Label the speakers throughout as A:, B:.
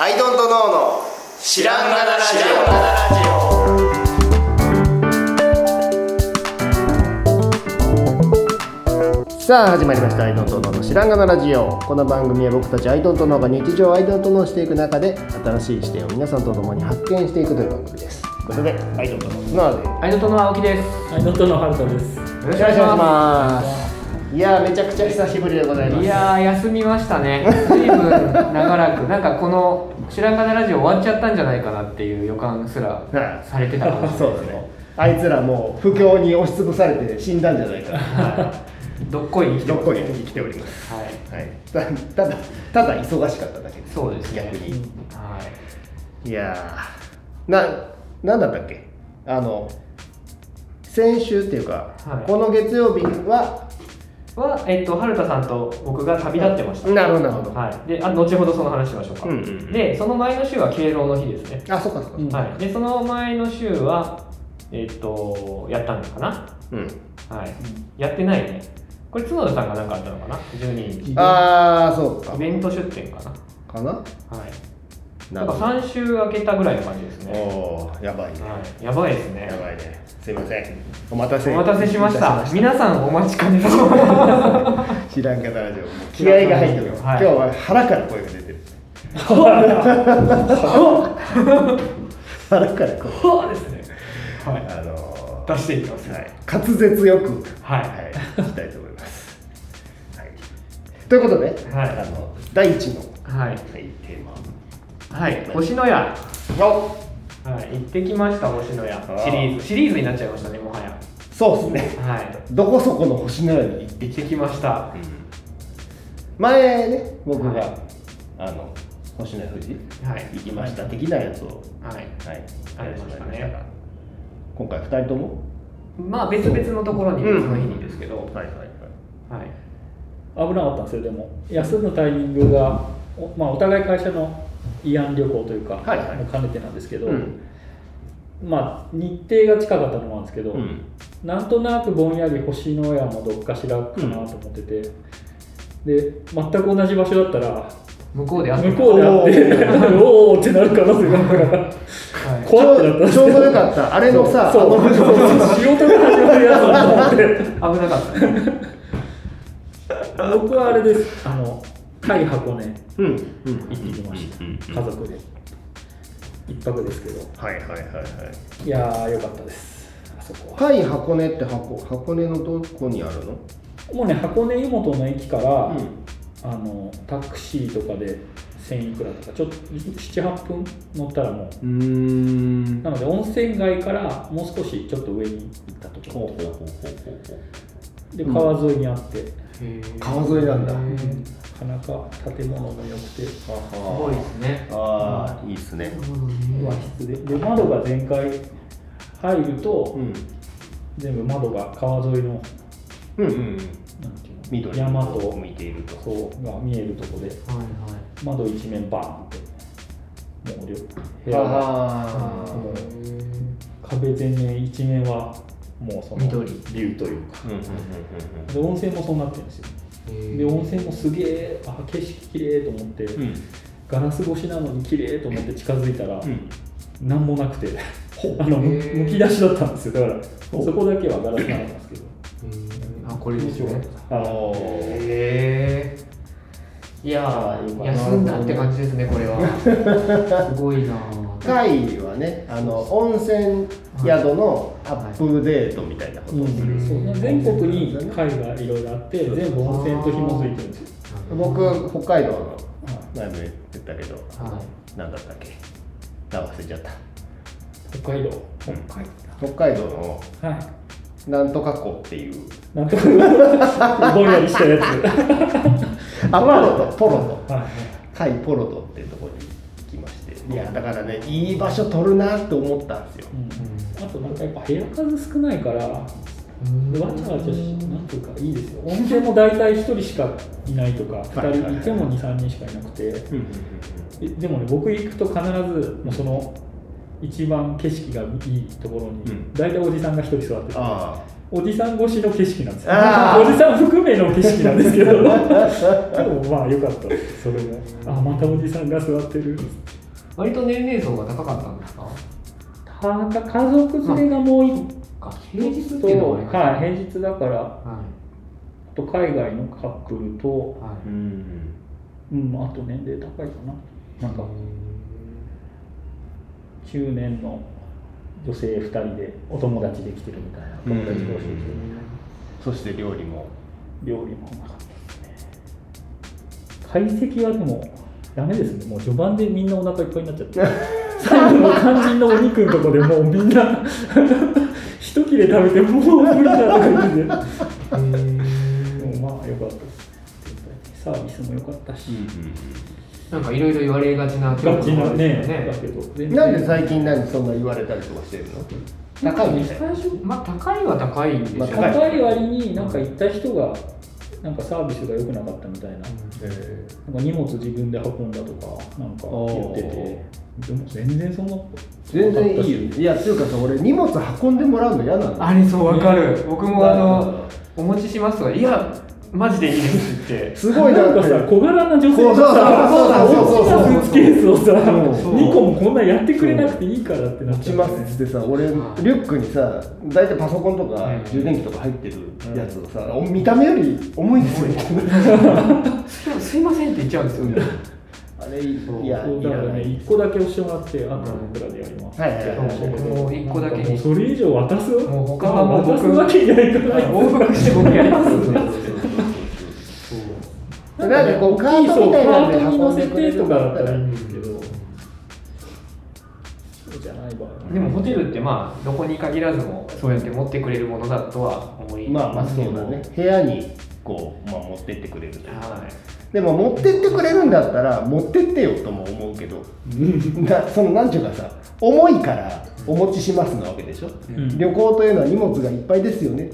A: アイドントノーの知らんがなラジオさあ始まりました「アイドントノーの知らんがなラジオ」この番組は僕たちアイドントノーが日常をアイドントノーしていく中で新しい視点を皆さんと共に発見していくという番組ですということでアイドントノーなのでよ
B: アイドトの青木です。
C: はい、能登のハルトです。
A: ろしくお願いしますいやーめちゃくちゃ久しぶりでございます
B: いやー休みましたね。随分長らくなんかこの白金ラジオ終わっちゃったんじゃないかなっていう予感すら
A: はい
B: されてたか
A: あ
B: ら。
A: そうだねあいつらもう不況に押しつぶされて死んだんじゃないか
B: どっこい生きて
A: ど
B: ます
A: こに生きております、
B: はい。
A: はい、たただただ忙しかっただけです
B: そうですね。
A: 逆に
B: はい。
A: いやーななんだったっけあの先週っていうか、
B: はい
A: この月曜日は
B: はえっと春田さんと僕が旅立ってました。
A: なるほどなるほど
B: はい。で、あ後ほどその話しましょうか。
A: うんうんうん
B: で、その前の週は敬老の日ですね。
A: あそっかそっか、
C: うん
B: はい。で、その前の週はえっとやったのかな。
A: うん、
B: はい。やってないね。これ角田さんが何かあったのかな。12日。
A: ああそうか
B: イベント出店かな。
A: かな
B: はい。
A: な
B: なん
A: る
B: か
A: ほど
B: 三週明けたぐらいの感じですね。
A: おーやばいね
B: はい。やばいですね
A: や。ばいねすいませんお待た
B: お
A: せ
B: 待たせしまし
A: い
B: た。皆さんお待ちかねの。
A: 知らんかったラジオ気合が入ってるよ、
B: はい
A: 今日は腹から声が出てる腹から声
B: そうですね。は
A: あの
B: い。出していきます。
A: ーはい、滑舌よく
B: はい
A: い、いきたいと思います、はい、ということで、
B: はい
A: あの第一の、は
B: はい。
A: い、テーマ
B: はい。星のや。
A: お
B: はい。行ってきました星のや
A: あー
B: シリーズ。シリーズになっちゃいましたねもはや。
A: そうですね
B: はい。
A: どこそこの星のように行って
B: 行ってきました。
A: 前ね僕が、
B: はい
A: あの星の富士
B: はい。
A: 行きました的なやつを
B: はい。
A: はい、
B: ありましたね
A: やりが今回2人とも
B: まあ別々のところに
A: うん
B: その日にですけど。
A: はいはいはい
B: はい。
C: 危なかったんですよ、でも。休むタイミングが、おまあ、お互い会社の慰安旅行というか、
A: はいはい
C: も兼ねてなんですけど、
A: うん
C: まあ、日程が近かったのもあるんですけど、
A: うん
C: なんとなくぼんやり星のやもどっかしらかなと思ってて、で、全く同じ場所だったら、
B: 向こうで会って
C: 向こうであって、 おおーってなる可能性があるから、
B: はい。
C: 怖ってなったんです
A: ちょうどよかったあれのさ
C: そう
A: あの
C: そう仕事が始まるやつだと思って。
B: 危なかったね。
C: 僕はあれですあのタイ箱根行
A: うんうん
C: ってきました
A: うんうん
C: 家族で一泊ですけど
A: はいはいはいはい
C: いやー良かったですあそこは
A: はい箱根って箱箱根のどこにあるの
C: もうね箱根湯本の駅から、
A: うん
C: あのタクシーとかで1000いくらとかちょっと78分乗ったらも
A: うーん
C: うなので温泉街からもう少しちょっと上に行ったところで
A: うん
C: 川沿いにあって、
A: 川沿いなんだ
B: へーす
C: なかなか建物も良くて
B: ごいですね。
A: ああいいっすね
C: 和室でで窓が全開入ると、
A: うん
C: 全部窓が川沿いの
A: うんうん
C: なんていうの
A: 緑
C: 山
A: を
C: と
A: 見ていると
C: そうが見えるとこで
B: はいは
C: 窓一面バーンってもうりょ部屋が
A: ああ
C: もう壁全面一面はもうその
B: 緑
C: ビューというか
A: うんうんうん
C: で温泉もそうなってるんですよ
B: い。
C: で温泉もすげえあ景色綺麗と思って、
A: うん
C: ガラス越しなのに綺麗と思って近づいたら、
A: うん
C: 何もなくてあのむ
B: へえ
C: むき出しだったんですよだから
A: ほう
C: そこだけはガラスなんですけど
B: あこれです
C: 面白か
B: ね
C: っ。た
A: あ
C: あの
A: のー
B: へえ。いやー休んだって感じですねこれ は。すごいなー。
A: 会はねあの温泉宿のアップデートみたいなことをする、
B: ん
C: そう全国に貝がいろいろあって全部温泉と紐づいてるんですよ
A: 僕北海道の
C: はい
A: 前も言ってたけど、
B: は
A: なんだったっけ名忘れちゃった
C: 北海道
A: うん
C: 北海
A: 北海道の
C: 道はい
A: なんとか湖っていう
C: なんとかぼんやりしたやつ
A: あポロトポロト
C: は
A: 海ポロトっていうところに行きましていや
C: うん
A: だからねいい場所取るなって思ったんですよ
C: い、うん、あとなんかやっぱ部屋数少ないからわ
B: い。
C: ちゃわちゃしなんていうかいいですよ温泉も大体1人しかいないとか
A: はいはい
C: 2人いても23人しかいなくて
A: うん
C: えでもね僕行くと必ずもうその一番景色がいいところ
A: う
C: に
A: ん
C: 大体おじさんが1人座ってて
A: ああ
C: おじさん越しの景色なんですよ
A: あー
C: おじさん含めの景色なんですけ どでもまあよかったですそれもあまたおじさんが座ってる
B: 割と年齢層が高かったんですか
C: たか家族連れがもう一
B: あ平日っていうのもありました
C: はい
B: ね
C: 平日だから
B: は
C: あと海外のカップルと
B: いはい
A: うん
C: うんあと年齢高いかななんか中年の女性2人でお友達できてるみたいな友達同士できてる
A: そして料理も
C: 料理もうまかったですね解析はでもダメですねもう序盤でみんなお腹いっぱいになっちゃって最後の肝心のお肉のとこでもうみんな一切れ食べてもう無理だとか言っててでもまあ良かったです全体的にサービスも良かったし、
B: なんかいろいろ言われがちな
C: ガチなねだ
B: ね
C: けど全然
A: なんで最近何そんな言われたりとかしてるの高いみたい
B: 最初まあ高いは高いんでしょうね、
A: まあ
C: 高い割になんか行った人がなんかサービスが良くなかったみたいななんか荷物自分で運んだとかなんか言っててでも全然そんな
A: 全然いいよいやっていうかさ俺荷物運んでもらうの嫌なの
B: あれそうわかる、僕もあ
A: だか
B: のお持ちしますがいやマジでいいですって
A: すごい
C: な
A: なんん
C: か
A: か
C: さ小柄な女性が
A: そうそう
C: さ
A: そうそうそうそう
C: 大きなスーツケースをさ
A: うん
C: 2個もこんなやってくれなくていいからってなっ
A: 落
C: ち
A: ち
C: ゃう
A: ま
C: よ
A: す
C: ね
A: ってさ俺リュックにさ大体パソコンとか
B: うん
A: 充電器とか入ってるやつをさお見た目より重いんですよ
B: でもすいませんって言っちゃうんですよね
A: あれい
B: そう
A: や
C: そう
A: い
C: だからら
A: な
C: ね
A: い
C: 1個だけ押してもらってあと僕らでやります
A: はいはいはい
B: そう僕も一個だけ
C: もうそれ以上渡す
B: もう他はもう僕
C: 渡すわけにはいかない
B: 往復して僕やりますんで
A: なんかこうカートみたいなので
C: そうカートに
A: 運ん
C: 乗
A: で
C: せ
A: くれ
C: て
A: る
C: と
A: ん
C: か
A: だ
C: だ
A: っ
C: ったた
A: ら
C: ら
A: い
C: い
A: いん
C: いん
A: で
C: ですす
A: け
C: け
A: ど
C: どそうじゃない場合は
B: でもホテルってまあどこに限らずもそうやって持ってくれるものだとは思い
A: まあまあ
B: すけ
A: そ
B: ど
A: うだね部屋にこう、まあ、持ってってくれると
B: はい
A: でも持ってってくれるんだったら持ってってよとも思うけどなそのなんていうかさ重いからお持ちしますなわけでしょ、
C: うん
A: 旅行というのは荷物がいっぱいですよね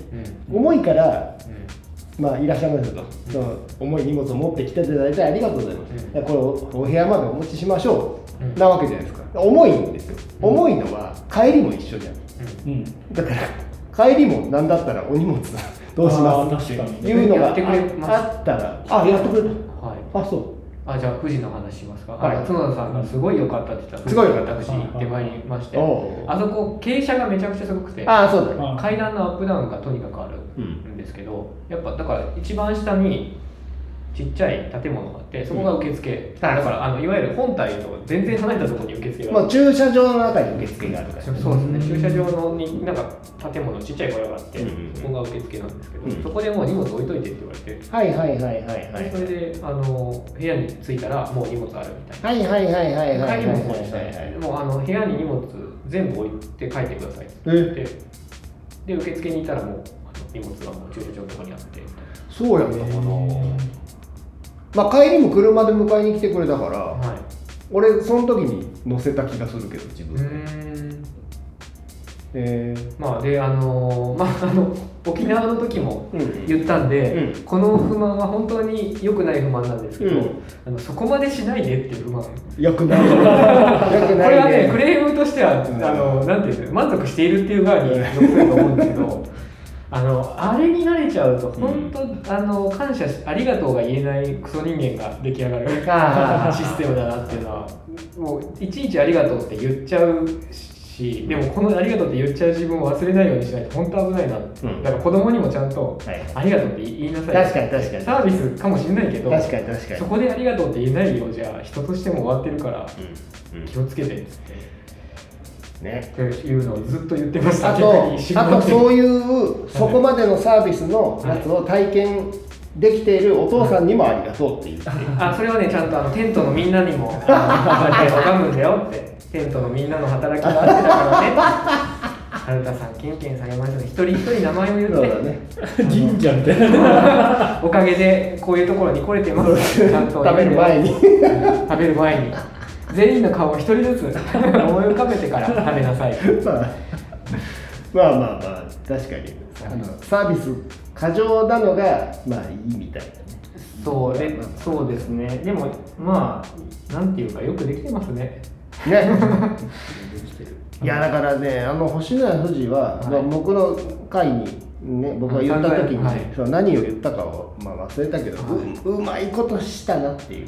B: うん
A: 重いから
B: うん
A: まあいらっしゃいませと、その重い荷物を持ってきていただいてありがとうございます、
B: うん
A: いやこれおお部屋までお持ちしましょう、
B: うん
A: なわけじゃないですか重いんですよ、
B: うん
A: 重いのは帰りも一緒じゃん
C: うん
A: だから帰りも何だったらお荷物どうします
C: す確かに
A: いうのが
B: やってくれます
A: ああったらあやってくれ
B: はい
A: たあそ
B: あじゃあ富士の話しますか、
A: はい
B: あの角田さんがすごい良かったって言ったら
A: すごい良かった
B: 私行ってまいりまして
A: うおう
B: あそこ傾斜がめちゃくちゃすごくて
A: あそうだね
C: あ
B: 階段のアップダウンがとにかくあるんですけどやっぱだから一番下にちっちゃい建物があってそこが受付、だからあのいわゆる本体と全然離れたところに受付があ
A: ま
B: る、
A: あ駐車場の中に受付があるから
B: そうですね駐車場のになんか建物ちっちゃい小屋があって、
A: うんうん
B: そこが受付なんですけど、
A: うん
B: そこでもう荷物置いといてって言われて、
A: はいはいはいはいはい
B: それであの部屋に着いたらもう荷物あるみたいな。
A: はいはいはいはいはいはい
B: 帰りもそうでしたね
A: は
B: もうあの部屋に荷物全部置いて帰ってくださいって言ってで受付にいたらもうあの荷物がもう駐車場のとこにあって
A: そうやったかなまあ帰りも車で迎えに来てくれたから
B: は
A: 俺その時に乗せた気がするけど自
B: い
A: 分
B: うーん
A: えー
B: まあであのまああの沖縄の時も
A: うん
B: 言ったんで、
A: う
B: この不満は本当に良くない不満なんですけ
A: う
B: ど、
A: ん
B: あのそこまでしないでっていう不満
A: よく ないよく
B: こ
A: な
B: れはね
A: い
B: ク
A: ね
B: レームとしては、
A: うん
B: あのなんていうんですか満足しているっていう側に残ると思うんですけど あのあれに慣れちゃうと本当、あの感謝しありがとうが言えないクソ人間が出来上がる
A: あー
B: システムだなっていうのはもういちいちありがとうって言っちゃうしでもこのありがとうって言っちゃう自分を忘れないようにしないと本当危ないな、
A: ん
B: だから子供にもちゃんと、
A: はい
B: ありがとうって言いなさい
A: 確かに確かに
B: サービスかもしれないけど
A: 確かに確かに
B: そこでありがとうって言えないようじゃ人としても終わってるから。
A: うんうん
B: 気をつけてっつって
A: ね
B: っていうのをずっと言ってました
A: あと
B: 逆に
A: あとそう
B: う
A: いうそこまでのサービスのやつを体験できているお父さんにもありがとうって言って
B: あそれはねちゃんとあのテントのみんなにも「あのこうやって拝むんだよ」ってテントのみんなの働きがあってだからね春田さんケンケンさん山下さん一人一人名前を言って
A: そうだね
C: 神社みたいな
B: おかげでこういうところに来れてますちゃんと
A: 食べる前に
B: 食べる前に全員の顔を一人ずつ思い浮かべてから食べなさい
A: まあ、まあまあまあ確かにあのサービス過剰なのがまあいいみたい なね
B: そうでそうですねでもまあなんていうかよくできてますね
A: ね
C: 生きてる
A: いやだからねあの星野や富士は、
B: はい
A: まあ僕の会に。ね、僕が言った時に、
B: はいはい
A: そう何を言ったかを、まあ、忘れたけど、
B: は
A: ううまいことしたなっていう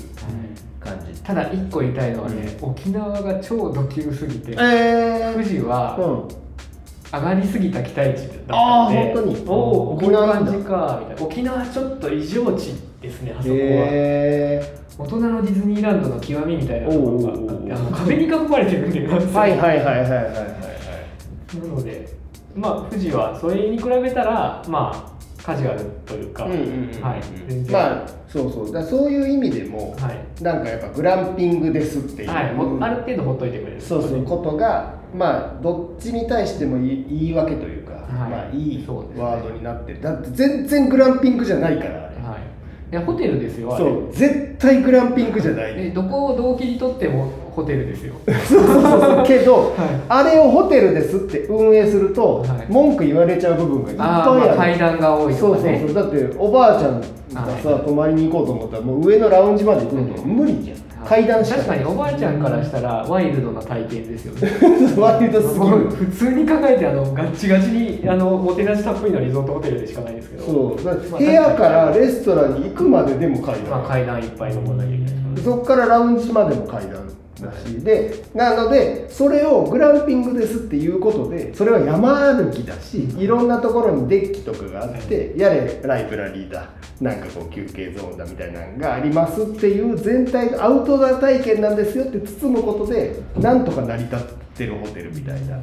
A: 感じ
B: ただ一個言いたいのはね、沖縄が超ド級すぎて、
A: え
B: 富士は
A: うん
B: 上がりすぎた期待値だったんで、
A: あー本当に
B: おお
A: 沖
B: 沖
A: 縄
B: 縄
A: なんだ
B: 感じかみたいな沖縄ちょっと異常値ですねあそこは、
A: へえ
B: 大人のディズニーランドの極みみたいなところが
A: おう
B: あ
A: おうお
B: っ
A: う
B: てあの壁に囲まれてるんで
A: はいはいはいはいはいはいはい
B: なのでまあ富士はそれに比べたらまあカジュアルというか、
A: うんうんうん
B: はい全然
A: まあそうそうだからそういう意味でも、
B: はい
A: なんかやっぱグランピングですっていう、
B: はい、もうある程度ほっといてくれる
A: そうそうことがまあどっちに対してもいい言い訳というか、
B: はい
A: まあいい
B: そうですね
A: ワードになってるだって全然グランピングじゃないからあれ、
B: はい、いやホテルですよあれ
A: そう絶対グランピングじゃない、
B: えどこをどう切り取ってもホテル ですよ
A: そうそうそうそうけど、
B: はい
A: あれをホテルですって運営すると、
B: はい
A: 文句言われちゃう部分がいっ
B: あ
A: ぱ
B: ー、
A: い
B: ま
A: あ
B: あ、
A: る
B: 階段が多い
A: そ
B: と
A: う
B: か
A: そう
B: ね
A: そうだっておばあちゃんがさ、
B: はい
A: 泊まりに行こうと思ったらもう上のラウンジまで行くの無理じゃん、
B: はい
A: 階段しか
B: 確か
A: ない
B: におばあちゃんからしたらワイルドな体験ですよね
A: ワイルド すぎ
B: もう
A: る
B: 普通に考えてあのガッチガチにあのもてなしたっぷりのリゾートホテルでしかないですけど
A: そうだから部屋からレストランに行くまででも階
B: まあ、
A: 段、
B: 階段いっぱい登らなきゃいけないですか
A: そ
B: らね
A: こからラウンジまでも階段だし、でなのでそれをグランピングですっていうことでそれは山歩きだしいろんなところにデッキとかがあって、やれライブラリーだなんかこう休憩ゾーンだみたいなのがありますっていう全体がアウトドア体験なんですよって包むことでなんとか成り立ってるホテルみたいな。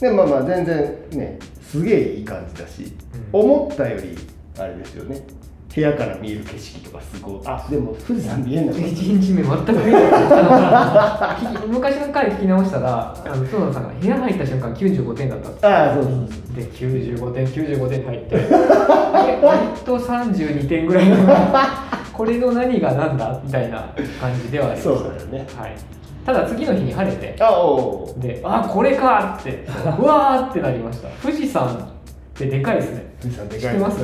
A: でまあまあ全然ねすげえいい感じだし、
B: うん
A: 思ったよりあれですよね部屋から見える景色とかすごいあでも富士山見えんなかっ
B: 一日目全く見えない聞き昔の 回聞き直したらあの角田さんが部屋入った瞬間95点だったって
A: たああそうそうそう
B: で95点95点入ってで割と32点ぐ らいのこれの何が何だみたいな感じではありました
A: そうだよね
B: はい、ただ次の日に晴れて
A: あおう
B: であこれかってうわーってなりました富士山ってでかいですね
A: 富士山で
B: 知
A: か
B: っ
A: い
B: てます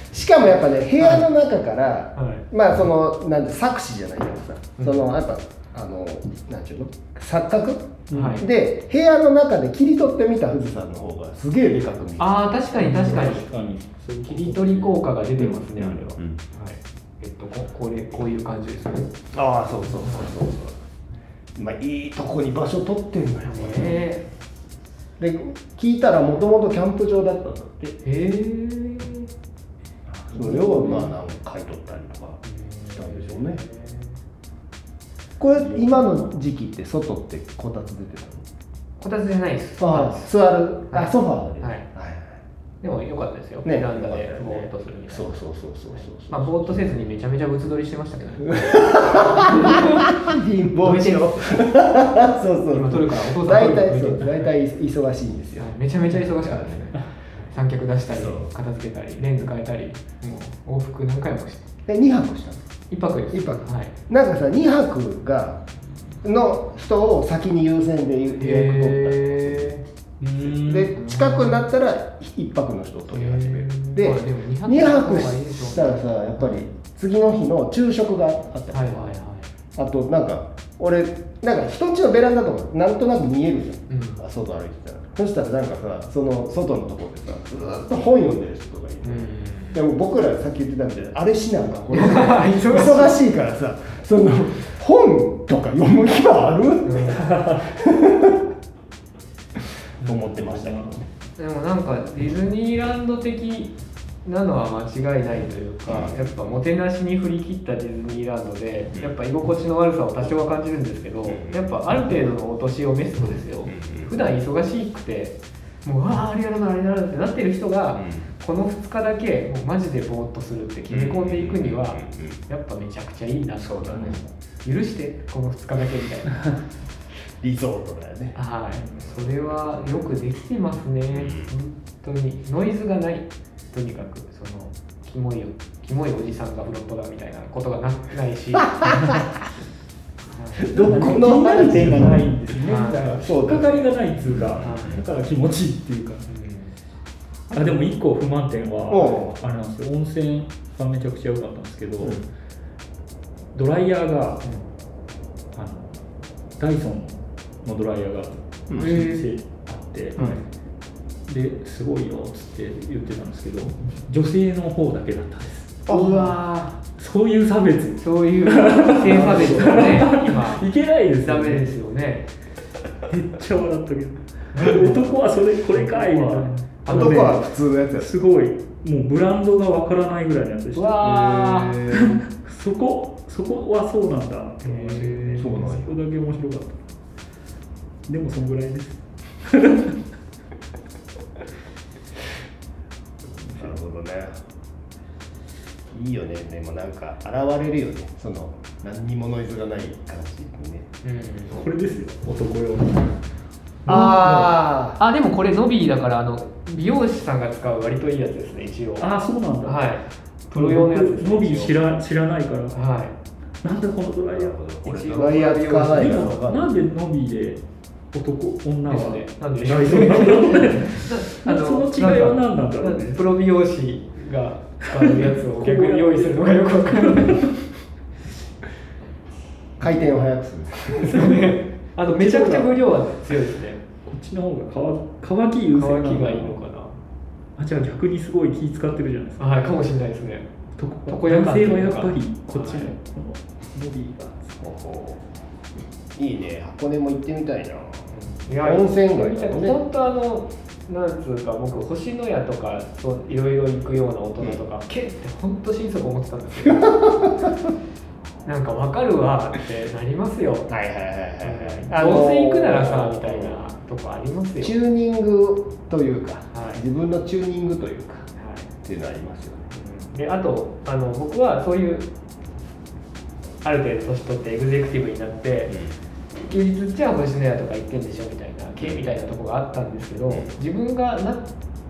A: しかもやっぱね部屋の中から、
B: はい
A: まあそのなんて作詞じゃないけどさ、
B: うん
A: そのやっぱあのなんていうの錯覚、
B: はい
A: で部屋の中で切り取ってみた富士山の方がすげえでかく見える
B: あー確かに確かに
C: に
B: 切り取り効果が出てますねあれは、
C: うんう
B: は
C: ん
B: いえっとここれこういう感じですね
A: ああそうそうそうそうそうまあいいとこに場所取ってんのよこれ
B: へ
A: で聞いたらもともとキャンプ場だったんだって
B: えー、
A: それをまあなんか買い取ったりとかしたんでしょうねこれ今の時期って外ってこたつ出て
B: こたつじゃないです
A: たのああ座る
B: は
A: あ
B: い
A: ソファーで
B: はいでも良かったですよ、ベランダでぼーっとするみたい
A: そ
B: な
A: うそうそうそうそう
B: まあ、ぼーっとせずにめちゃめちゃ物撮りしてましたけど ね
A: 貧乏 症そうそう
B: 今撮るからお父さん
A: 大
B: 撮
A: 体
B: るか
A: そ
B: ら
A: う大体忙しいんですよ
B: めちゃめちゃ忙しかったですね三脚出したり
A: そう
B: 片付けたりレンズ変えたりもう往復何回もして
A: で2泊したの
B: 一泊です
A: 一泊
B: はい
A: なんかさ2泊がの人を先に優先で予約取っ
B: へ
A: たで近くなったら1泊の人を取り始める
B: へー
A: で
B: まあでも2
A: 2
B: 泊
A: 泊したらさやっぱり次の日の昼食があっ
B: ー
A: た
B: はい
A: り
B: はいはい
A: あとなんか俺なんか人んちのベランダとかなんとなく見えるじゃん、
B: う
A: あ外歩いてたらそしたらなんかさその外のとこでさずーっと本読んでる人とかいて、
B: うん
A: でも僕らさっき言ってたみたいなあれしなあかんこれ
B: 忙し い
A: 忙しいからさその本とか読む日はある、と思ってましたけどね
B: でもなんかディズニーランド的なのは間違いないというか、
A: うん
B: やっぱもてなしに振り切ったディズニーランドで、やっぱ居心地の悪さを多少は感じるんですけど、
A: うん
B: やっぱある程度のお年を召すとですよ、
A: んうん
B: 普段忙しくてもうあああれやるなあれやるなってなってる人が、
A: うん
B: この2日だけもうマジでぼーっとするって決め込んでいくには、
A: うんうんうん
B: やっぱめちゃくちゃいいなと思
A: そうだね
B: 許してこの2日だけみたいな。
A: リゾートだよね
B: はい、それはよくできてますね、本当にノイズがないとにかくそのキモいよキモいおじさんがフロントだみたいなことがなない しはい
A: どこの
C: 気になる点がないんですよね
B: は
C: だ
B: い
C: から
A: そ
C: 引
A: う
C: っ
A: だね
C: かかりがないっつうか
B: はい
C: だから気持ちいいっていうか
B: うん
C: あでも一個不満点
A: お
C: はあれなんですよ温泉がめちゃくちゃ良かったんですけど、
A: うん
C: ドライヤーがあのダイソンのドライヤーが
A: うん
B: へ
C: 店あって、ですごいよっつって言ってたんですけど女性の方だけだったんです
A: あ
B: うわ
C: そういう差別
B: ーそういう性差別がね今
C: いけないです
B: ダ
C: よ
B: メ
C: ね
B: ですよね
C: めっちゃ笑ったけど男はそれこれかいみたいなあのね
A: 男は普通のやつや
C: すごいもうブランドがわからないぐらいのやつでし
B: う
C: た
B: わー
A: へー
C: そこそこはそうなんだって思いましたけど
B: へ
C: ね
B: ー
C: そ
A: そうなんや
C: こだけ面白かったでもそのぐらいです
A: なるほどねいいよねでもなんか現れるよねその何にもノイズがない感じにね
B: うん
C: これですよ男用
A: あ
B: あでもこれノビーだからあの美容師さんが使う割といいやつですね一応
C: ああそうなんだ、
B: はいプロ用のやつですね
C: 僕ノビー
B: 一応
C: 知ら知らないから
B: は
C: なんだこのドライヤー
A: 俺
B: 一応
A: ドライヤー使わない
C: で
A: から
C: も
A: 分かんない
C: なんでノビーで男女は
B: ですねなんで
C: ダイソンなんだろうね
B: い
C: その違いは何なんだろうね
B: プロ美容師が使うやつ を逆に用意するのがよくわからない
A: 回転を速くする
B: そうねあとめちゃくちゃ無料は強いですね
C: こっちの方が乾乾き優
B: 乾
C: 先なの
B: きがいいのか
C: あじゃあ逆にすごい気使ってるじゃないですか
B: なはいかもしれないですね
C: と
B: 床屋感
C: 男性はやっぱりこっちの
B: はい
C: このノビーが
A: ほほいいね箱根も行ってみたいな
B: うんい
A: 温泉街だもんね
B: 本当あのなんつうか僕星のやとかといろいろ行くような大人とか、けって本当心底思ってたんですけ どなんかわかるわってなりますよ
A: はいはいはいはい
B: 温泉行くならさみたいなとこありますよ
A: チューニングというか、
B: はい
A: 自分のチューニングというか
B: はい
A: っていうのありますよね
B: であとあの僕はそういうある程度年取ってエグゼクティブになって、休日じゃあ星のやとか行ってんでしょみたいな系みたいなとこがあったんですけど、
A: うん
B: 自分がな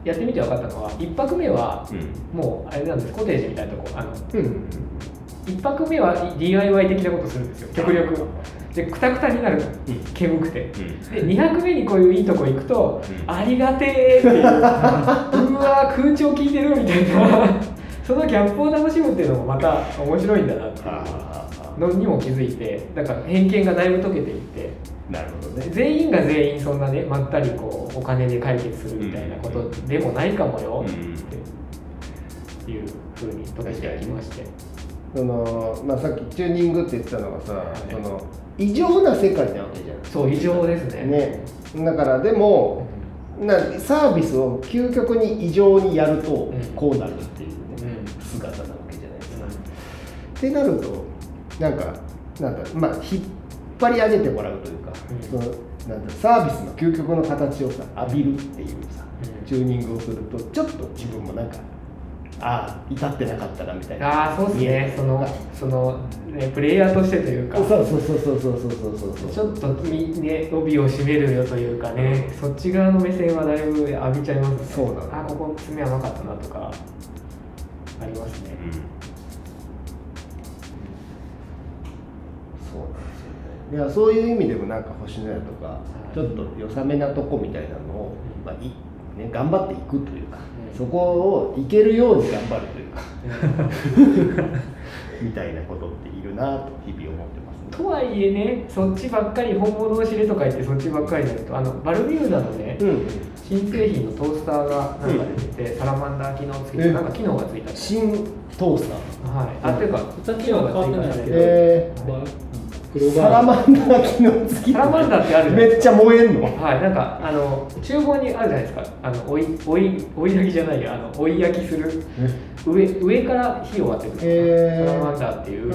B: やってみて分かったのは1泊目は
A: うん
B: もうあれなんですコテージみたいなとこあの
A: うん
B: 1泊目は DIY 的なことするんですよ極力でくたくたになる
A: うん
B: 煙くて。
A: うん
B: で2泊目にこういういいとこ行くと、
A: うん
B: ありがてえっていう うわー空調効いてるみたいな そのギャップを楽しむっていうのもまた面白いんだなってい
A: あ
B: うのにも気づいてだから偏見がだいぶ解けていって
A: ーなるほどね
B: 全員が全員そんなねまったりこうお金で解決するみたいなことでもないかもよ
A: うん
B: っていうふうに解けていきまして
A: その、まあ、さっきチューニングって言ってたのがさ、
B: い
A: その異常な世界なわけじゃ
B: そう異常ですね
A: んねだからでもなサービスを究極に異常にやると
B: うん
A: こうなるっていう
B: う
A: ね、
B: ん
A: 姿なわけじゃないですか、ってなるとなんかなんかまあ引っ張り上げてもらうというか、
B: うん
A: そのなんだサービスの究極の形をさ浴びるっていうさ、
B: うん
A: チューニングをするとちょっと自分もなんかああ至ってなかったなみたいな
B: ああそうですねそのその、ね、プレイヤーとしてというか
A: そうそうそうそうそうそうそうそう
B: ちょっとみね帯を締めるよというかねそっち側の目線はだいぶ浴びちゃいますね
A: そうなの
B: あここ爪甘かったなとかありますね、
A: そうなんですよねいやそういう意味でもなんか星のやとか、
B: い
A: ちょっと良さめなとこみたいなのを、
B: うん
A: まあいね、頑張っていくというか、
B: うん
A: そこをいけるように頑張るというか みたいなことっているなと日々思ってますね
B: とはいえねそっちばっかり本物を知れとか言ってそっちばっかりだとあのバルミューダのね、
A: うん、
B: 新製品のトースターがなんか出てて、サラマンダー機能付き
A: え
B: てなんか機能がついたり
A: 新トースター、
B: はいあというか
C: 形は変わってない
B: 機能がついたんですけど
A: え
C: クロ
A: ー、
C: ー
A: サラ
C: バー
A: マンダー機能付き
B: サラマンダーってあるじゃない
A: めっちゃ燃えんの
B: はい、なんかあの厨房にあるじゃないですか、あの追い追い追い焼きじゃないや、あの追い焼きする上上から火を当てる、
A: へー
B: サラマンダーっていう、
A: うん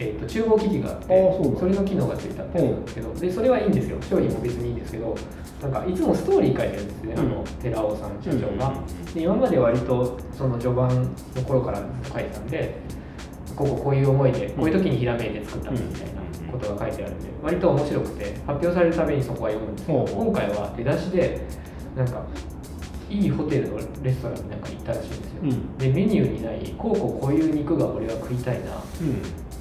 B: えっと厨房機器があって
A: あーそうだ
B: れの機能がついたってやつなんですけど、でそれはいいんですよ、商品も別にいいんですけど、なんかいつもストーリー書いてるんですね、あ
A: うん
B: の寺尾さん社長
A: うん
B: が。
A: うんうん
B: で今まで割とその序盤の頃から書いてたんでこここういう思いでこういう時にひらめいて作ったみたいなことが書いてあるんで割と面白くて発表されるたびにそこは読むんですけど
A: ほうほう
B: 今回は出だしでなんかいいホテルのレストランになんか行ったらしいんですよ、
A: うん
B: でメニューにないこうこうこういう肉が俺は食いたいな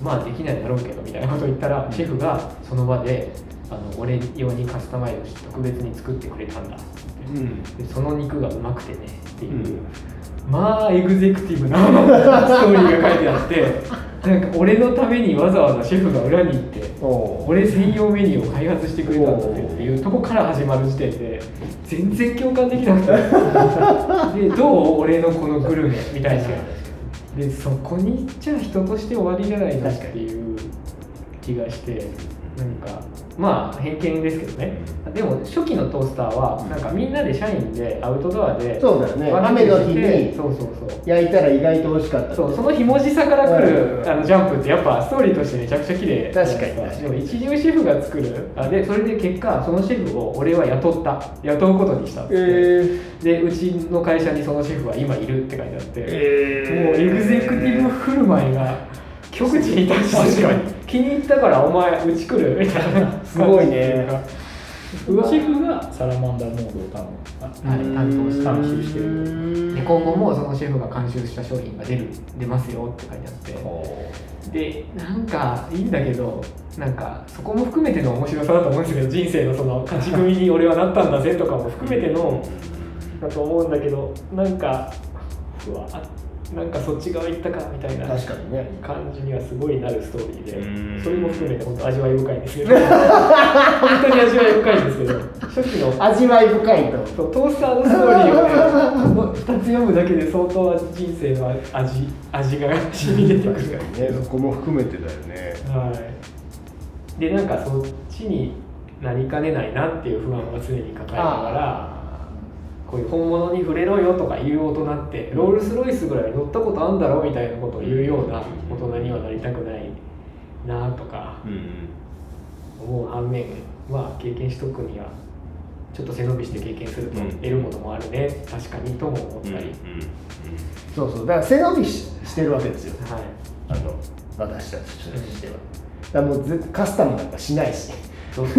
B: まあできないだろうけどみたいなことを言ったら、シェフがその場であの俺用にカスタマイズして特別に作ってくれたんだって
A: うんうん
B: でその肉がうまくてねっていう、
A: うん
B: まあエグゼクティブなストーリーが書いてあってなんか俺のためにわざわざシェフが裏に行って
A: おー
B: 俺専用メニューを開発してくれたんだっていうとこから始まる時点で全然共感できなく てでどう俺のこのグルメみたいなでそこにじゃあ人として終わりじゃないのっていう気がしてなんかまあ偏見ですけどねでも初期のトースターはなんかみんなで社員でアウトドアで
A: そうだよね
B: バーベキューして
A: 雨の日に
B: そうそうそう
A: 焼いたら意外と美味しかった
B: そうそのひもじさからく
A: う
B: る
A: ん
B: あのジャンプってやっぱストーリーとしてめちゃくちゃ綺麗
A: 確かに
B: じゃない
A: 確
B: です
A: かに
B: でも一流シェフが作るあでそれで結果そのシェフを俺は雇った雇うことにしたっつって、でうちの会社にそのシェフは今いるって書いてあって、もうエグゼクティブ振る舞いが極地に達してる
A: 確か
B: 気に入ったからお前うち来るみたいな
A: すごいね
B: うわ
C: シェフがサラマンダーモードを多分あ
B: はい担当して
C: 監修してる
B: で今後もそのシェフが監修した商品が出る出ますよって書いてあってでなんかいいんだけどなんかそこも含めての面白さだと思うんですけど人生のその勝ち組に俺はなったんだぜとかも含めてのだと思うんだけどなんかうわなんかそっち側行ったかみたいな
A: 確かにね
B: 感じにはすごいなるストーリー
D: う
B: で
D: ん
B: それも含めて本当味わい深いんですけど本当に味わい深いんですけど初期の
A: 味わい深いと
B: そうトースターのストーリーをね2つ読むだけで相当人生の味味が染み出てくる
A: ね
D: そこも含めてだよね
B: はい、でなんかそっちになりかねないなっていう不安は常に抱えながらこういう本物に触れろよとか言う大人ってロールス・ロイスぐらい乗ったことあんだろみたいなことを言うような大人にはなりたくないなとか
D: うん
B: 思う反面まあ経験しとくにはちょっと背伸びして経験すると
D: うん
B: 得るものもあるね確かにとも思っ
D: う
B: た
D: んうん
B: り、はい
A: そうそうだから背伸びししてるわけですよあの私たちとしてはだからもうぜカスタムなんかしないし
B: そう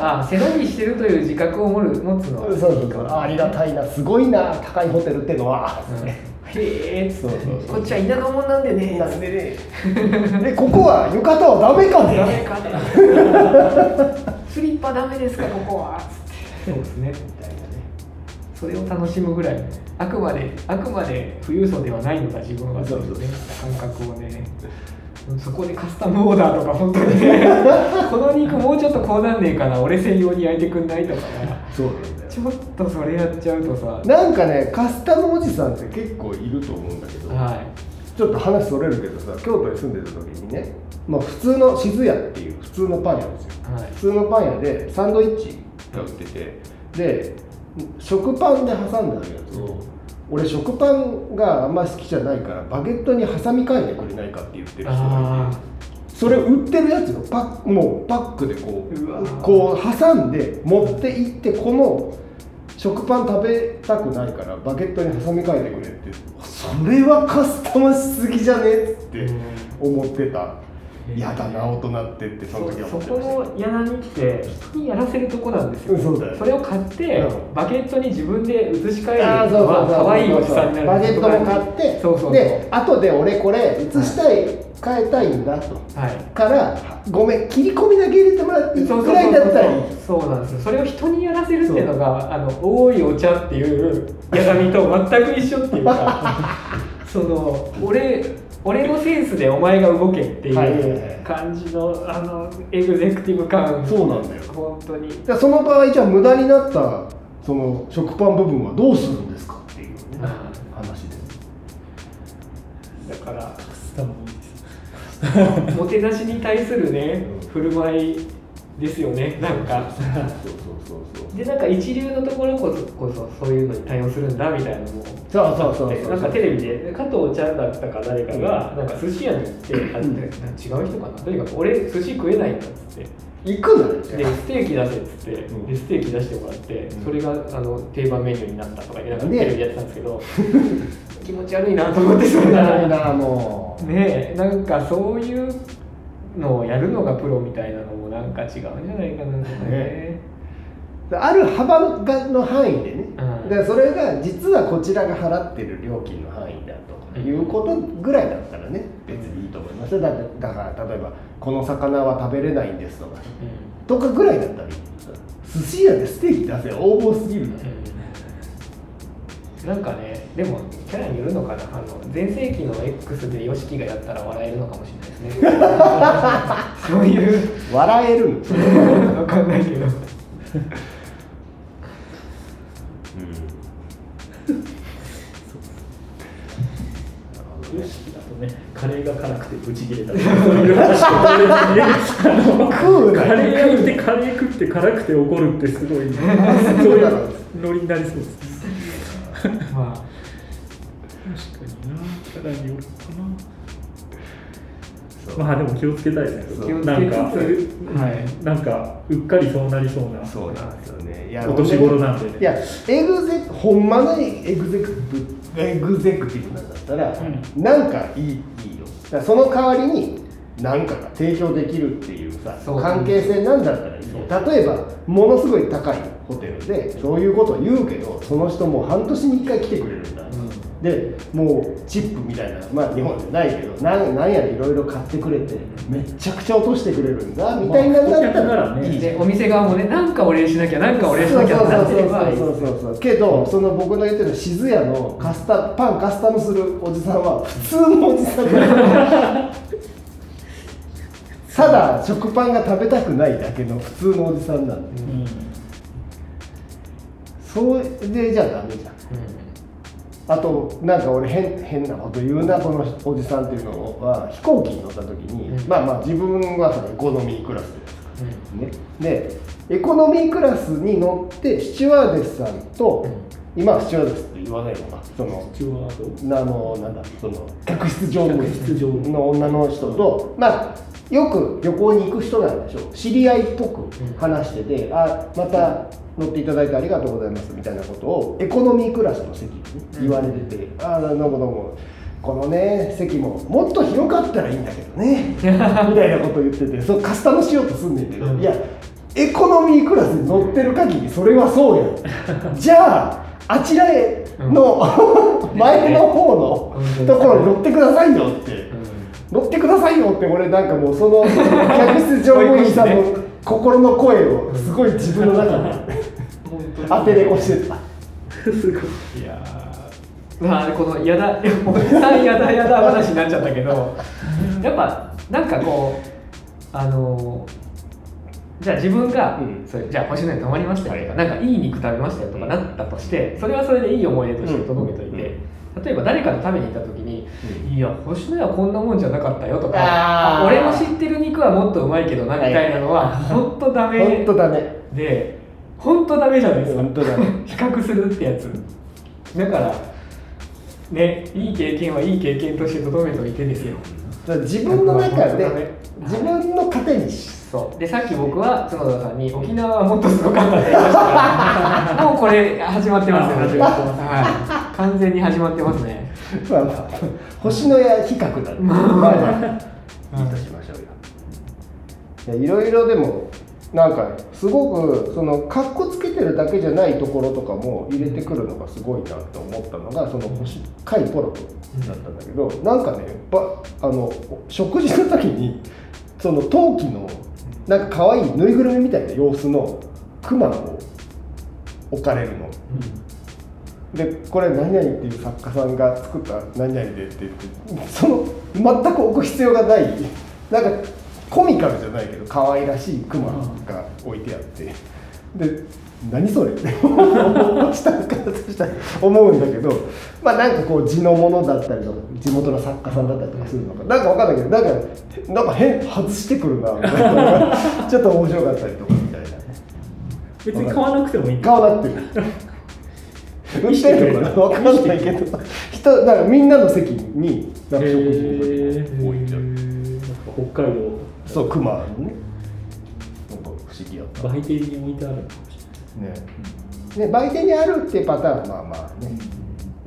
B: あ背伸びしてるという自覚を持る持つのは
A: そうそうそうあありがたいなすごいな高いホテルってのは
B: へえ
A: そうそうそう
B: こっちは田舎者なんでね
A: なんでねでここは浴衣はダメか
B: ダ
A: ね
B: メかってスリッパダメですかここはそうですねみたいなねそれを楽しむぐらいあくまであくまで富裕層ではないのだ自分は
A: そうそう
B: ね感覚をねそこでカスタムオーダーとか本当 にねこの肉もうちょっとこうなんねえかな俺専用に焼いてくんないとか
A: そうなんだよ
B: ちょっとそれやっちゃ うとさは
A: なんかねカスタムおじさんって結構いると思うんだけどちょっと話それるけどさ京都に住んでた時にねもう普通の静屋っていう普通のパン屋ですよ
B: いはい
A: 普通のパン屋でサンドイッチが売っててで食パンで挟んであるやつを俺食パンがあんま好きじゃないからバゲットに挟み替えてくれないかって言ってる人が
B: あ
A: いてそれ売ってるやつをパックもうパックでこう
B: うわー
A: こう挟んで持って行ってこの食パン食べたくないからバゲットに挟み替えてくれってそれはカスタマしすぎじゃねっつって思ってた
B: うん
A: 嫌だな大人ってってその時は思
B: そ
A: って
B: こ
A: ました
B: の柳って人にやらせるとこなんですよ、
A: うんそうだよ
B: それを買って、
A: うん
B: バケットに自分で移し替える
A: あーそう
B: の
A: そう
B: は
A: そう
B: 可愛いおじさんになる
A: バゲットも買って
B: そうそうそう
A: で後で俺これ移したい、変えたいんだと
B: はい
A: からごめん切り込みだけ入れてもらっていい
B: そうそう
A: くらいだったらいい
B: そうそうなんですよそれを人にやらせるっていうのがあの多いお茶っていうやだみと全く一緒っていう かその俺俺のセンスでお前が動けってい
A: はいはいはいう
B: 感じのあのエグゼクティブ感
A: そうなんだよ
B: 本当に
A: じゃあその場合じゃあ無駄になったその食パン部分はどうするんですかっていうね
B: うん
A: 話で
B: だから
C: カスタムもいいです
B: もてなしに対するね
A: うん
B: 振る舞いですよねなんか
A: そうそうそうそう
B: でなんか一流のところこそこそそういうのに対応するんだみたいなのも
A: そうそうそう
B: で
A: そう
B: なんかテレビで加藤ちゃんだったか誰かがなんか寿司屋に行ってあ違う人かなとにかく俺寿司食えないんだっつって
A: 行くんだね
B: でステーキ出せっつって、
A: うん
B: でステーキ出してもらって、
A: うん
B: それがあの定番メニューになったとか言ってなんか
A: ね
B: テレビやってたんですけど 気持ち悪いなと思ってそんな
A: ないなもう
B: ねえなんかそういうのをやるのがプロみたいなのもなんか違うんじゃないかなとかね
A: ねある幅がの範囲でね、
B: うん
A: でそれが実はこちらが払ってる料金の範囲だということぐらいだったらね別にいいと思いますよだってだから例えば「この魚は食べれないんです」とか
B: う
A: とかぐらいだったらいい寿司屋でステーキ出せよ横暴すぎる
B: ん
A: な
B: うんなんかねでもキャラによるのかなあの全盛期の X で YOSHIKI がやったら笑えるのかもしれ ないですねそういう
A: 笑えるの
B: 分かんないけど
D: うん
C: よしだとね、カレーが辛くてブチギレだとか、そういう話と同時にねあの
A: 食うな
C: カレーやってカレー食って辛くて怒るってすごい、ね、そういうノリになりそうですね。
B: まあ
C: 確かにな、キャラによるか
D: そう
C: な。まあでも気をつけたいです
D: そう
B: 気
C: ね。
B: をつけつつ
C: なんか、
B: は
C: はい、なんかうっかりそうなりそうな。
D: そうなんですよねいや
C: お年頃なんでね
A: いやエグゼほんまのエグゼクティブエグゼクティブなんだったら、
C: う
A: なんかいいいいよだからその代わりに何かが提供できるっていうさ
B: そう
A: 関係性なんだったらいいよ例えばものすごい高いホテルでそういうことを言うけどその人もう半年に1回来てくれるんだ、
B: ん
A: でもうチップみたいなまあ日本じゃないけどなんなんやらいろいろ買ってくれてめっちゃくちゃ落としてくれるんだみたいなんだった
C: まあ顧客ならね
A: いいじゃん
B: でお店側もねなんかお礼しなきゃなんかお礼し
A: そう
B: なき
A: そうそ
B: ゃ
A: う
B: なってればいい
A: そうそうそうそうけどその僕の言ってる静屋のカスタパンカスタムするおじさんは普通のおじさんだよただ食パンが食べたくないだけの普通のおじさんなんで
C: うん
A: それでじゃあダメじゃん
B: う
A: あとなんか俺変変なこと言うなこのおじさんっていうのは飛行機に乗った時に、
B: うん
A: まあまあ自分はさエコノミークラスです
B: んう
A: ね、
B: ん
A: でエコノミークラスに乗ってスチュワーデスさんと、今はスチュワーデスって言わないのかその
C: スチュワード
A: あのなんだその客室乗務員
C: 客室乗務員
A: の女の人と、まあよく旅行に行く人なんでしょう知り合いっぽく話してて、あまた乗っていただいてありがとうございますみたいなことをエコノミークラスの席に言われてて、ああなんかどうもどうもこのね席ももっと広かったらいいんだけどねみ たいなこと言っててそうカスタムしようとすんねんけど、
B: うん
A: いやエコノミークラスに乗ってる限りそれはそう やんじゃああちらへの、 前の方のところに乗ってくださいよって乗ってくださいよって俺なんかもうその客室乗務員さ んの心の声をすごい自分の中で
B: 本当に
A: 当てれこしてた
C: すごい。
B: いやーまあこのやだ おじさんやだやだ話になっちゃったけどやっぱなんかこうあのーじゃあ自分が、
A: うん
B: それじゃあ星野に泊まりましたよとか、なんかいい肉食べましたよとかなったとして、それはそれでいい思い出として届けといて、例えば誰かと食べに行った時に、いや星野はこんなもんじゃなかったよとか
A: あー
B: あ俺の知ってる肉はもっとうまいけどなみたいなのは本当ダメ
A: 本当だね
B: で本当ダメじゃないですか
A: 本当だね
B: 比較するってやつだからねいい経験はいい経験としてとどめといてですよ
A: だから自分の中
B: 本当だね
A: で自分の糧にし
B: そうでさっき僕は角田さんに「沖縄はもっとすごかった」って言いましたから もうこれ始まってますよ
C: あ始まってます
B: はい完全に始まってますね
A: まあまあ星のや比較だねまあまあいいとしましょうよいやいろいろでもなんかすごくそのかっこつけてるだけじゃないところとかも入れてくるのがすごいなって思ったのがその星貝ポラコだったんだけど、なんかねばあの食事の時にその陶器のなんか可愛いぬいぐるみみたいな様子のクマを置かれるの。でこれ何々っていう作家さんが作った何々でって言ってその全く置く必要がないなんかコミカルじゃないけど可愛らしいクマが置いてあってで何それって落ちたのかなとしたら思うんだけどまあなんかこう地のものだったりとか地元の作家さんだったりとかするのかなんかわかんないけどなんかなんか変外してくるなみたいなちょっと面白かったりとかみたいな
C: 別に買わなくてもいいんだ。
A: 顔なってる 運転手かな分かんないけど人なんかみんなの席になんか食事を置いて
C: へー
D: 置いてある
C: なんか北海道
A: そう熊のねなんか不思議やった
C: 売店に置いてあるのかもし
A: ねね売店にあるっていうパターンはまあまあね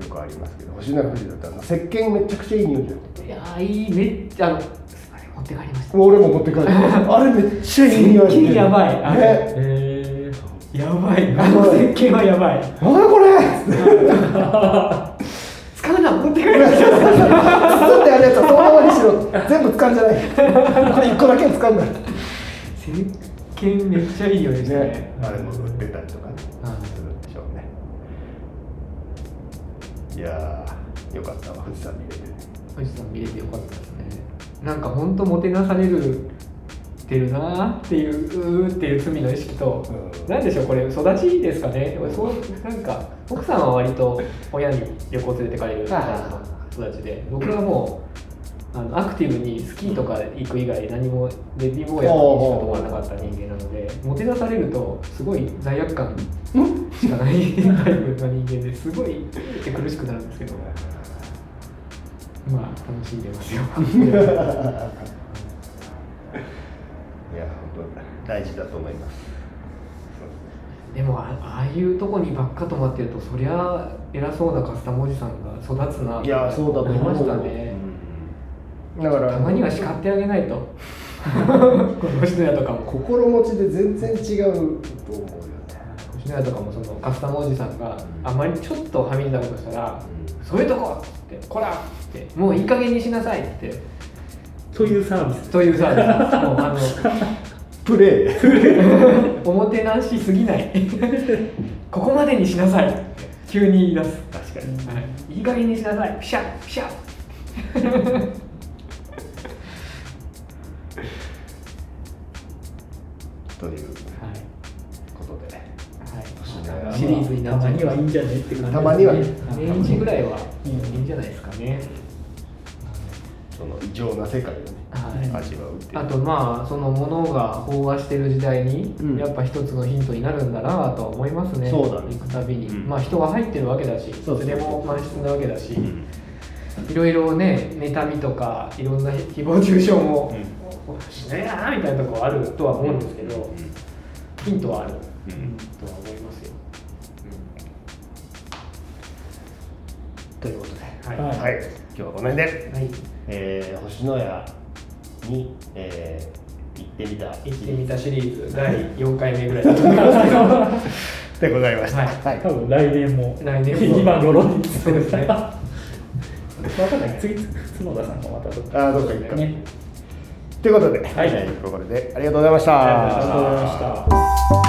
A: よくありますけど星野富士だったらあの石鹸めちゃくちゃいい匂いだよ
B: いやーいいめっちゃあのあれ持って帰りました
A: 俺も持って帰る あれめっちゃいい匂いして
B: 石鹸やばいあれ
A: ね
C: れない。へー
B: やばいあの設計はやばい
A: なんだこれ
B: 使うな持って帰りました
A: 包んであるやつはそのままにしろ全部掴んじゃ ないこれ一個だけ掴んだ
B: 石鹸めっちゃいいよね
A: ね、あれも売ってたりとかね、
B: うん
A: するんでしょうね。
D: いやーよかったわ富士山見れて
B: 富士山見れてよかったですねなんか本当もてなされるってるなーっていううーっていう罪の意識と、
D: うん
B: なんでしょうこれ育ちですかね俺そうなんか奥さんは割と親に旅行連れてかれるタイプの人たちで僕はもうあのアクティブにスキーとか行く以外何もレディーボーイやスキーしか止まらなかった人間なのでもてなされるとすごい罪悪感しかないタイプの人間ですごいって苦しくなるんですけどまあ楽しんでますよ
D: いや本当大事だと思います
B: でもあああいうとこにばっか泊まってるとそりゃ偉そうなカスタムおじさんが育つなって
A: いやそうだと思う
B: 思いましたね、
A: だから
B: たまには叱ってあげないと この吉野家とかも
A: 心持ちで全然違うと思うよね
B: 吉野家とかもそのカスタムおじさんがあまりちょっとはみ出たことしたら「そういうとこ!」って「こら!」って「もういい加減にしなさい!」って
C: というサービス
B: というさもうあ
A: プレー
B: の おもてなしすぎない ここまでにしなさいって急に言い出す
D: 確かに
B: いい加減にしなさいピシャッピシャッ
D: という
B: はい
D: ことで
B: はいシリーズになっちゃいました
C: たまにはいいんじゃねって感じですね
A: たまにはいい
B: 年一ぐらいは
C: う
B: い
C: ん
B: いんじゃないですかね、
D: その異常な世界をね
B: はい
D: 味わうっていう
B: あとまあそのものが飽和してる時代に、
A: うん
B: やっぱ一つのヒントになるんだなとは思いますね
A: そうだね
B: 行くたびに、
D: うん
B: まあ人が入ってるわけだし
A: そうそう
B: 連れも満室なわけだし、
D: うん
B: いろいろね妬みとかいろんな誹謗中傷も、しないなみたいなところあるとは思うんですけど、ヒントはある、
D: うん
B: とは思いますよ、
A: ということで
B: はい、
C: はい
D: はい今日はこの辺で
B: はい
A: えー星のやに、えー行ってみた
B: 行ってみたシリーズ第4回目ぐらいだと思いますけ
D: で
B: ど
D: ございました
B: はい
A: はい
C: 多分来年も
B: 来年も
C: 2番頃 に
B: そうです ね
C: 分かんない次角田さんがまたどっか
D: あーどっか行くか
C: ね
D: ということで
C: はい
D: ここまででありがとうございまし
B: ありがとうございました
C: ありがとうございました